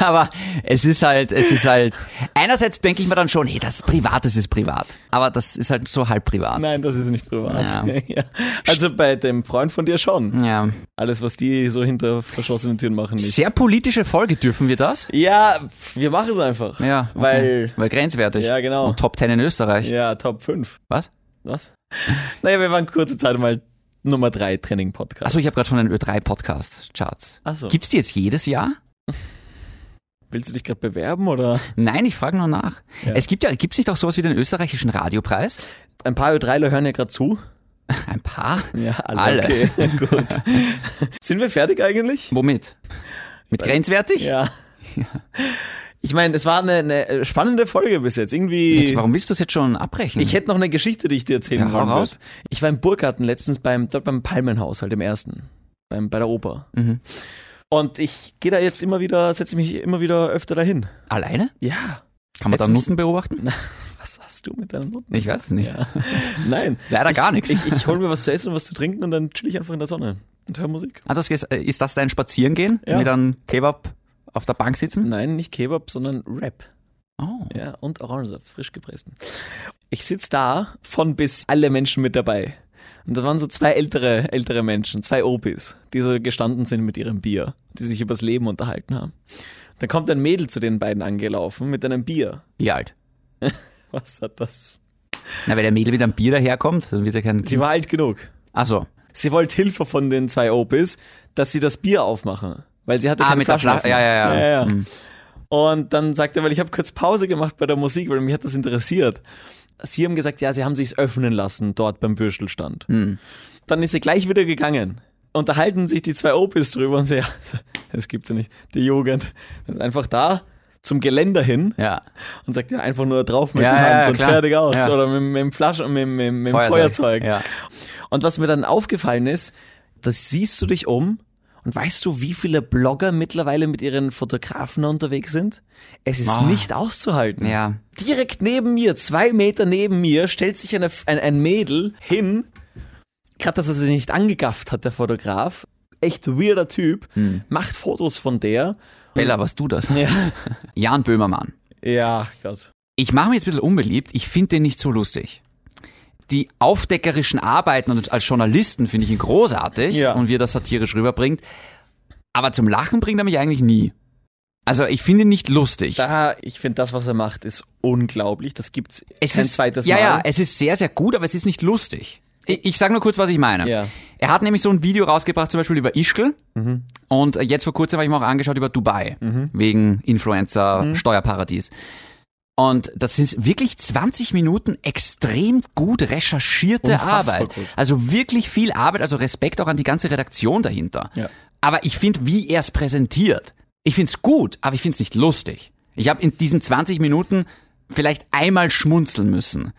Speaker 2: Aber es ist halt, es ist halt, einerseits denke ich mir dann schon, hey, das ist privat, das ist privat. Aber das ist halt so halb privat.
Speaker 1: Nein, das ist nicht privat.
Speaker 2: Ja.
Speaker 1: Ja. Also bei dem Freund von dir schon.
Speaker 2: Ja.
Speaker 1: Alles, was die so hinter verschlossenen Türen machen, nicht.
Speaker 2: Sehr politische Folge, dürfen wir das?
Speaker 1: Ja, pf, wir machen es einfach.
Speaker 2: Ja, okay.
Speaker 1: Weil,
Speaker 2: weil grenzwertig.
Speaker 1: Ja, genau.
Speaker 2: Und Top 10 in Österreich.
Speaker 1: ja, Top 5.
Speaker 2: Was?
Speaker 1: Was? Naja, wir waren kurze Zeit mal Nummer 3 Training-Podcast.
Speaker 2: Achso, ich habe gerade von den Ö3-Podcast-Charts.
Speaker 1: Ach so.
Speaker 2: Gibt's die jetzt jedes Jahr?
Speaker 1: Willst du dich gerade bewerben oder?
Speaker 2: Nein, ich frage nur nach. Es gibt ja, gibt's nicht auch sowas wie den österreichischen Radiopreis?
Speaker 1: Ein paar Ö3ler hören ja gerade zu.
Speaker 2: Ein paar?
Speaker 1: Ja,
Speaker 2: Alle.
Speaker 1: alle. Okay, gut. Sind wir fertig eigentlich?
Speaker 2: Womit? Mit grenzwertig?
Speaker 1: Ja. Ich meine, es war eine, eine spannende Folge bis jetzt. Irgendwie.
Speaker 2: Jetzt, warum willst du es jetzt schon abbrechen?
Speaker 1: Ich hätte noch eine Geschichte, die ich dir erzählen
Speaker 2: Hm. Ja, hau
Speaker 1: wollen
Speaker 2: raus.
Speaker 1: würde. Ich war im Burggarten letztens beim, dort beim Palmenhaus, halt im ersten, beim, bei der Oper.
Speaker 2: Mhm.
Speaker 1: Und ich gehe da jetzt immer wieder, setze mich immer wieder öfter dahin.
Speaker 2: Alleine?
Speaker 1: Ja.
Speaker 2: Kann man da
Speaker 1: Letztens-
Speaker 2: Nutten beobachten?
Speaker 1: Was hast du mit deinen Noten?
Speaker 2: Ich weiß es nicht.
Speaker 1: Ja. Nein.
Speaker 2: Leider gar nichts.
Speaker 1: Ich, ich hole mir was zu essen und was zu trinken und dann chill ich einfach in der Sonne und höre Musik.
Speaker 2: Ah, das ist, äh, ist das dein Spazierengehen?
Speaker 1: Ja. Mhm.
Speaker 2: Mit einem Kebab auf der Bank sitzen?
Speaker 1: Nein, nicht Kebab, sondern Rap.
Speaker 2: Oh.
Speaker 1: Ja, und Orangensaft, frisch gepressten. Ich sitz da, von bis alle Menschen mit dabei. Und da waren so zwei ältere, ältere Menschen, zwei Opis, die so gestanden sind mit ihrem Bier, die sich übers Leben unterhalten haben. Dann kommt ein Mädel zu den beiden angelaufen mit einem Bier.
Speaker 2: Wie alt?
Speaker 1: Was hat das?
Speaker 2: Na, wenn der Mädel mit einem Bier daherkommt, dann wird ja kein...
Speaker 1: Sie war alt genug.
Speaker 2: Ach so.
Speaker 1: Sie wollte Hilfe von den zwei Opis, dass sie das Bier aufmachen. Weil sie hatte
Speaker 2: Ah,
Speaker 1: keine
Speaker 2: mit der
Speaker 1: Flaschen
Speaker 2: Flasche. Ja, ja, ja.
Speaker 1: ja, ja.
Speaker 2: Mhm.
Speaker 1: Und dann sagte er, weil ich habe kurz Pause gemacht bei der Musik, weil mich hat das interessiert. Sie haben gesagt, ja, sie haben sich's öffnen lassen dort beim Würstelstand.
Speaker 2: Mhm.
Speaker 1: Dann ist sie gleich wieder gegangen. Unterhalten sich die zwei Opis drüber und sie, ja, das gibt's ja nicht. Die Jugend ist einfach da zum Geländer hin
Speaker 2: ja.
Speaker 1: und sagt ja einfach nur drauf mit
Speaker 2: Ja,
Speaker 1: der
Speaker 2: ja,
Speaker 1: Hand
Speaker 2: ja,
Speaker 1: und
Speaker 2: klar.
Speaker 1: fertig aus
Speaker 2: Ja.
Speaker 1: oder mit, mit dem Flaschen, mit, mit, mit dem Feuerzeug.
Speaker 2: Ja.
Speaker 1: Und was mir dann aufgefallen ist, das siehst du dich um und weißt du, wie viele Blogger mittlerweile mit ihren Fotografen unterwegs sind? Es ist
Speaker 2: Ah.
Speaker 1: nicht auszuhalten.
Speaker 2: ja.
Speaker 1: Direkt neben mir, zwei Meter neben mir, stellt sich eine, ein, ein Mädel hin. Gerade, dass er sie nicht angegafft hat, der Fotograf. Echt weirder Typ.
Speaker 2: Hm.
Speaker 1: Macht Fotos von der.
Speaker 2: Bella, warst du das?
Speaker 1: Ja,
Speaker 2: Jan Böhmermann.
Speaker 1: ja Gott.
Speaker 2: Ich mache mich jetzt ein bisschen unbeliebt. Ich finde den nicht so lustig. Die aufdeckerischen Arbeiten und als Journalisten finde ich ihn großartig
Speaker 1: Ja.
Speaker 2: und wie er das satirisch rüberbringt. Aber zum Lachen bringt er mich eigentlich nie. Also ich finde ihn nicht lustig.
Speaker 1: Da, ich finde, das, was er macht, ist unglaublich. Das gibt's
Speaker 2: es
Speaker 1: kein
Speaker 2: ist,
Speaker 1: zweites
Speaker 2: ja,
Speaker 1: Mal.
Speaker 2: Ja, es ist sehr, sehr gut, aber es ist nicht lustig. Ich, ich sage nur kurz, was ich meine.
Speaker 1: Ja. Mhm.
Speaker 2: Er hat nämlich so ein Video rausgebracht, zum Beispiel über Ischgl. Und jetzt vor kurzem habe ich mir auch angeschaut über Dubai, wegen Influencer,
Speaker 1: Mhm.
Speaker 2: Steuerparadies. Und das ist wirklich 20 Minuten extrem gut recherchierte
Speaker 1: Unfassbar
Speaker 2: Arbeit.
Speaker 1: gut.
Speaker 2: Also wirklich viel Arbeit, also Respekt auch an die ganze Redaktion dahinter.
Speaker 1: Ja.
Speaker 2: Aber ich finde, wie er es präsentiert, ich finde es gut, aber ich finde es nicht lustig. Ich habe in diesen 20 Minuten vielleicht einmal schmunzeln müssen.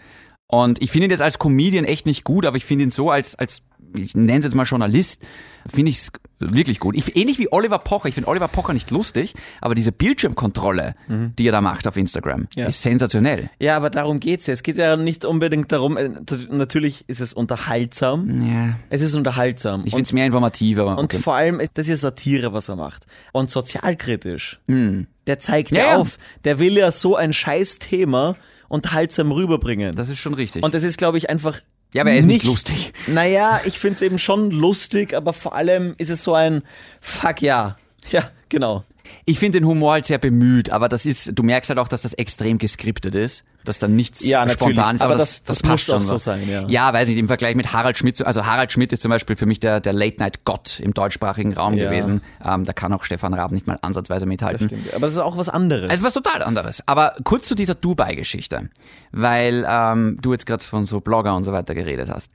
Speaker 2: Und ich finde ihn jetzt als Comedian echt nicht gut, aber ich finde ihn so als, als ich nenne es jetzt mal Journalist, finde ich es wirklich gut. Ich, ähnlich wie Oliver Pocher. Ich finde Oliver Pocher nicht lustig, aber diese Bildschirmkontrolle, die er da macht auf Instagram,
Speaker 1: Mhm. Ja.
Speaker 2: ist sensationell.
Speaker 1: Ja, aber darum geht's ja. Es geht ja nicht unbedingt darum, äh, t- natürlich ist es unterhaltsam.
Speaker 2: Ja.
Speaker 1: Es ist unterhaltsam.
Speaker 2: Ich finde es mehr informativ, aber
Speaker 1: und
Speaker 2: okay.
Speaker 1: vor allem, ist das ist Satire, was er macht. Und sozialkritisch. Der zeigt ja,
Speaker 2: Hm. Ja, ja.
Speaker 1: auf. Der will ja so ein scheiß Thema unterhaltsam rüberbringen.
Speaker 2: das ist schon richtig.
Speaker 1: und das ist, glaube ich, einfach.
Speaker 2: ja, aber er ist nicht lustig.
Speaker 1: Naja, ich find's eben schon lustig, aber vor allem ist es so ein Fuck ja. Ja, genau.
Speaker 2: Ich finde den Humor halt sehr bemüht, aber das ist, du merkst halt auch, dass das extrem geskriptet ist, dass dann nichts
Speaker 1: Ja, natürlich,
Speaker 2: spontan ist, aber,
Speaker 1: aber das-
Speaker 2: das, das,
Speaker 1: das
Speaker 2: passt
Speaker 1: muss auch
Speaker 2: schon
Speaker 1: so sein, ja.
Speaker 2: Ja, weiß ich, im Vergleich mit Harald Schmidt, also Harald Schmidt ist zum Beispiel für mich der, der Late-Night-Gott im deutschsprachigen Raum
Speaker 1: Ja.
Speaker 2: gewesen. Ähm, da kann auch Stefan Raab nicht mal ansatzweise mithalten.
Speaker 1: Stimmt. Aber es ist auch was anderes.
Speaker 2: Also was total anderes. Aber kurz zu dieser Dubai-Geschichte, weil ähm, du jetzt gerade von so Blogger und so weiter geredet hast.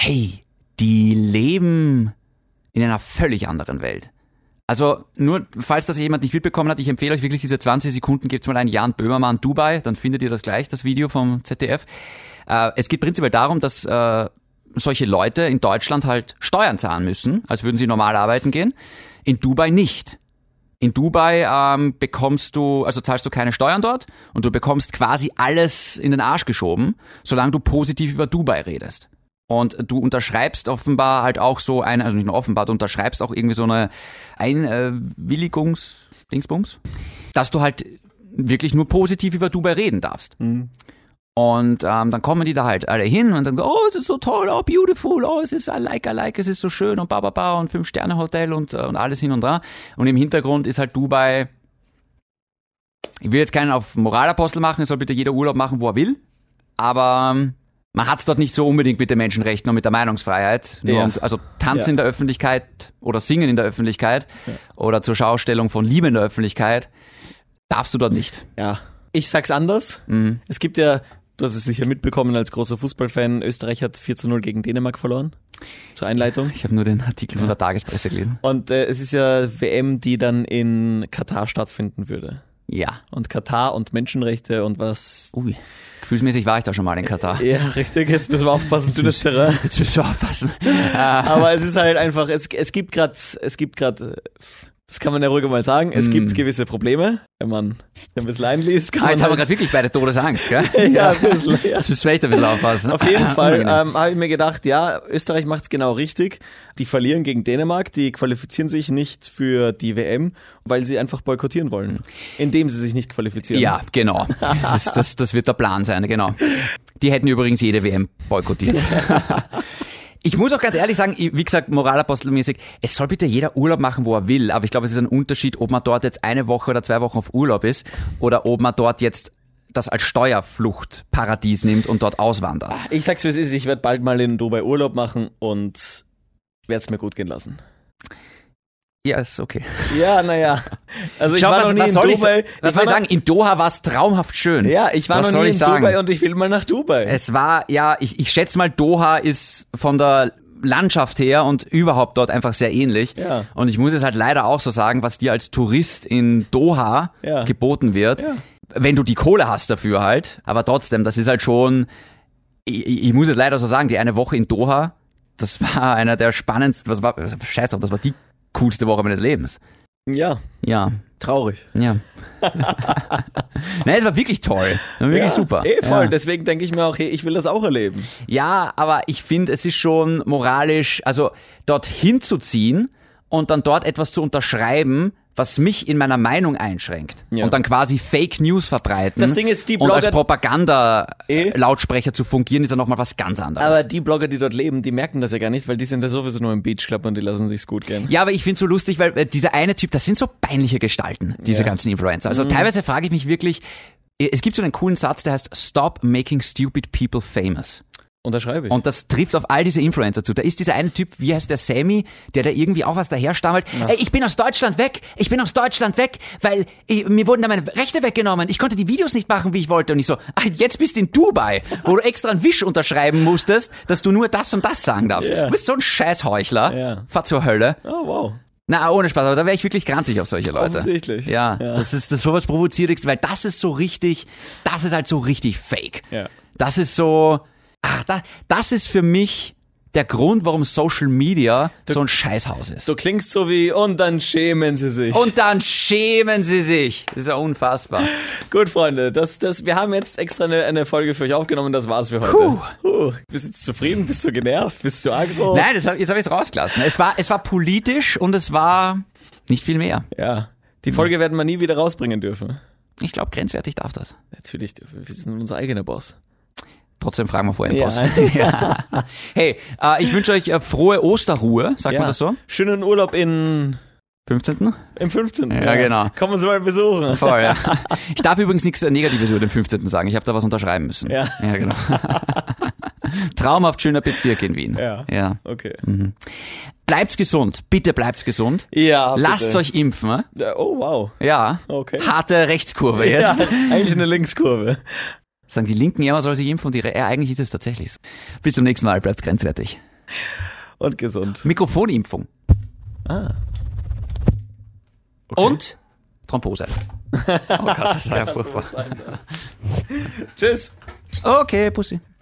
Speaker 2: Hey, die leben in einer völlig anderen Welt. Also nur, falls das jemand nicht mitbekommen hat, ich empfehle euch wirklich diese 20 Sekunden, gebt mal einen Jan Böhmermann Dubai, dann findet ihr das gleich, das Video vom ZDF. Äh, es geht prinzipiell darum, dass äh, solche Leute in Deutschland halt Steuern zahlen müssen, als würden sie normal arbeiten gehen. In Dubai nicht. In Dubai ähm, bekommst du, also zahlst du keine Steuern dort und du bekommst quasi alles in den Arsch geschoben, solange du positiv über Dubai redest. Und du unterschreibst offenbar halt auch so eine, also nicht nur offenbar, du unterschreibst auch irgendwie so eine Einwilligungs-Dingsbums, dass du halt wirklich nur positiv über Dubai reden darfst.
Speaker 1: Hm.
Speaker 2: Und ähm, dann kommen die da halt alle hin und sagen, oh, es ist so toll, oh, beautiful, oh, es ist, I like, I like, es ist so schön und ba, ba, ba und Fünf-Sterne-Hotel und, äh, und alles hin und da. Und im Hintergrund ist halt Dubai, ich will jetzt keinen auf Moralapostel machen, es soll bitte jeder Urlaub machen, wo er will, aber ähm, man hat es dort nicht so unbedingt mit den Menschenrechten und mit der Meinungsfreiheit. Nur
Speaker 1: Ja.
Speaker 2: und, also Tanz
Speaker 1: Ja.
Speaker 2: in der Öffentlichkeit oder Singen in der Öffentlichkeit oder zur Schaustellung von Liebe in der Öffentlichkeit darfst du dort nicht.
Speaker 1: Ja. Ich sag's anders.
Speaker 2: Mhm.
Speaker 1: Es gibt ja, du hast es sicher mitbekommen als großer Fußballfan, Österreich hat 4 zu 0 gegen Dänemark verloren. Zur Einleitung.
Speaker 2: Ich habe nur den Artikel von der Tagespresse gelesen.
Speaker 1: Und äh, es ist ja WM, die dann in Katar stattfinden würde.
Speaker 2: Ja.
Speaker 1: Und Katar und Menschenrechte und was.
Speaker 2: Ui. Gefühlsmäßig war ich da schon mal in Katar.
Speaker 1: Ja, richtig, jetzt müssen wir aufpassen, dünnes Terrain.
Speaker 2: Jetzt müssen wir aufpassen. Äh,
Speaker 1: Aber es ist halt einfach, es, es gibt gerade, es gibt gerade, das kann man ja ruhig mal sagen, es gibt gewisse Probleme, wenn man ein bisschen einliest. Kann
Speaker 2: Mhm. ah, jetzt
Speaker 1: man
Speaker 2: haben wir gerade wirklich beide Todesangst, gell?
Speaker 1: halt, ja, ein bisschen, ja.
Speaker 2: Jetzt müssen wir echt ein bisschen aufpassen. Ah,
Speaker 1: Auf jeden Fall
Speaker 2: Unangenehm.
Speaker 1: ähm, habe ich mir gedacht, ja, Österreich macht es genau richtig. Die verlieren gegen Dänemark, die qualifizieren sich nicht für die WM, weil sie einfach boykottieren wollen, indem sie sich nicht qualifizieren.
Speaker 2: Ja, genau. Das, ist, das, das wird der Plan sein, genau. Die hätten übrigens jede WM boykottiert. Ich muss auch ganz ehrlich sagen, ich- wie gesagt, moralapostelmäßig, es soll bitte jeder Urlaub machen, wo er will, aber ich glaube, es ist ein Unterschied, ob man dort jetzt eine Woche oder zwei Wochen auf Urlaub ist oder ob man dort jetzt das als Steuerfluchtparadies nimmt und dort auswandert.
Speaker 1: Ich sag's wie es ist, ich werde bald mal in Dubai Urlaub machen und werde es mir gut gehen lassen.
Speaker 2: Ja, ist okay.
Speaker 1: Ja, naja. Also ich
Speaker 2: Schau,
Speaker 1: war
Speaker 2: was,
Speaker 1: noch nie
Speaker 2: was
Speaker 1: in
Speaker 2: soll
Speaker 1: Dubai.
Speaker 2: ich,
Speaker 1: war
Speaker 2: was soll ich
Speaker 1: noch-
Speaker 2: sagen? In Doha war es traumhaft schön.
Speaker 1: Ja, ich war
Speaker 2: was
Speaker 1: noch
Speaker 2: soll
Speaker 1: nie
Speaker 2: ich
Speaker 1: in
Speaker 2: sagen?
Speaker 1: Dubai und ich will mal nach Dubai.
Speaker 2: Es war, ja, ich, ich schätze mal, Doha ist von der Landschaft her und überhaupt dort einfach sehr ähnlich.
Speaker 1: Ja.
Speaker 2: Und ich muss es halt leider auch so sagen, was dir als Tourist in Doha
Speaker 1: Ja.
Speaker 2: geboten wird,
Speaker 1: Ja.
Speaker 2: wenn du die Kohle hast dafür halt, aber trotzdem, das ist halt schon, ich, ich muss es leider so sagen, die eine Woche in Doha, das war einer der spannendsten, was war, scheiß drauf, das war die coolste Woche meines Lebens.
Speaker 1: ja,
Speaker 2: Ja,
Speaker 1: traurig.
Speaker 2: ja. Nein, es war wirklich toll. War wirklich
Speaker 1: ja,
Speaker 2: super.
Speaker 1: Eh voll,
Speaker 2: ja.
Speaker 1: deswegen denke ich mir auch, hey, ich will das auch erleben.
Speaker 2: Ja, aber ich finde, es ist schon moralisch, also dorthin zu ziehen und dann dort etwas zu unterschreiben, was mich in meiner Meinung einschränkt.
Speaker 1: Ja.
Speaker 2: Und dann quasi Fake News verbreiten.
Speaker 1: Das Ding ist, die
Speaker 2: Und als
Speaker 1: Blogger- Eh?
Speaker 2: Propaganda-Lautsprecher zu fungieren, ist ja nochmal was ganz anderes.
Speaker 1: Aber die Blogger, die dort leben, die merken das ja gar nicht, weil die sind ja sowieso nur im Beachclub und die lassen sich's gut gehen.
Speaker 2: ja, aber ich finde es so lustig, weil äh, dieser eine Typ, das sind so peinliche Gestalten, diese
Speaker 1: Ja. Mhm.
Speaker 2: ganzen Influencer. Also teilweise frage ich mich wirklich, äh, es gibt so einen coolen Satz, der heißt Stop making stupid people famous.
Speaker 1: Unterschreibe ich.
Speaker 2: Und das trifft auf all diese Influencer zu. Da ist dieser eine Typ, wie heißt der Sammy, der da irgendwie auch was daherstammelt. Ey, ich bin aus Deutschland weg, ich bin aus Deutschland weg, weil ich, mir wurden da meine Rechte weggenommen. Ich konnte die Videos nicht machen, wie ich wollte. Und ich so, ah, jetzt bist du in Dubai, wo du extra einen Wisch unterschreiben musstest, dass du nur das und das sagen darfst.
Speaker 1: Ja.
Speaker 2: Du bist so ein Scheißheuchler.
Speaker 1: Ja.
Speaker 2: Fahr zur Hölle.
Speaker 1: oh, wow.
Speaker 2: Na, ah, ohne Spaß, aber da wäre ich wirklich grantig auf solche Leute.
Speaker 1: Offensichtlich.
Speaker 2: Ja,
Speaker 1: Ja.
Speaker 2: das ist das ist sowas provozierigste, weil das ist so richtig, das ist halt so richtig fake.
Speaker 1: Ja.
Speaker 2: Das ist so, ah, da, das ist für mich der Grund, warum Social Media so ein Scheißhaus ist.
Speaker 1: Du klingst so wie, und dann schämen sie sich.
Speaker 2: Und dann schämen sie sich. Das ist ja unfassbar.
Speaker 1: gut, Freunde, das, das, wir haben jetzt extra eine, eine Folge für euch aufgenommen, das war's für heute.
Speaker 2: Puh.
Speaker 1: Puh. Bist du jetzt zufrieden? Bist du genervt? Bist du aggro?
Speaker 2: Nein, das hab, jetzt habe ich es rausgelassen. Es war, es war politisch und es war nicht viel mehr.
Speaker 1: Ja. Die
Speaker 2: Hm.
Speaker 1: Folge werden wir nie wieder rausbringen dürfen.
Speaker 2: Ich glaube, grenzwertig darf das.
Speaker 1: Natürlich, dürfen wir wir sind unser eigener Boss.
Speaker 2: Trotzdem fragen wir vorher im
Speaker 1: Ja.
Speaker 2: Boss. ja. Hey, äh, ich wünsche euch äh, frohe Osterruhe, sagt man das so?
Speaker 1: Schönen Urlaub in
Speaker 2: 15.
Speaker 1: im 15.
Speaker 2: Ja, genau.
Speaker 1: Kommen uns mal besuchen.
Speaker 2: Voll, ja. Ich darf übrigens nichts Negatives über den 15. sagen. Ich habe da was unterschreiben müssen.
Speaker 1: Ja.
Speaker 2: ja genau. Traumhaft schöner Bezirk in Wien.
Speaker 1: Ja.
Speaker 2: ja.
Speaker 1: Okay.
Speaker 2: Bleibt's gesund. Bitte bleibt's gesund.
Speaker 1: Ja.
Speaker 2: Lasst
Speaker 1: bitte.
Speaker 2: euch impfen. ne?
Speaker 1: Oh, wow.
Speaker 2: Ja.
Speaker 1: Okay.
Speaker 2: Harte Rechtskurve
Speaker 1: Ja,
Speaker 2: jetzt.
Speaker 1: eigentlich eine Linkskurve.
Speaker 2: Sagen die Linken, ja, man soll sich impfen und die Re ja, eigentlich ist es tatsächlich so. Bis zum nächsten Mal. Bleibt's grenzwertig.
Speaker 1: Und gesund. Ah.
Speaker 2: Mikrofonimpfung. Und Thrombose. Oh Gott, das war ja furchtbar.
Speaker 1: Tschüss.
Speaker 2: Okay, Pussy.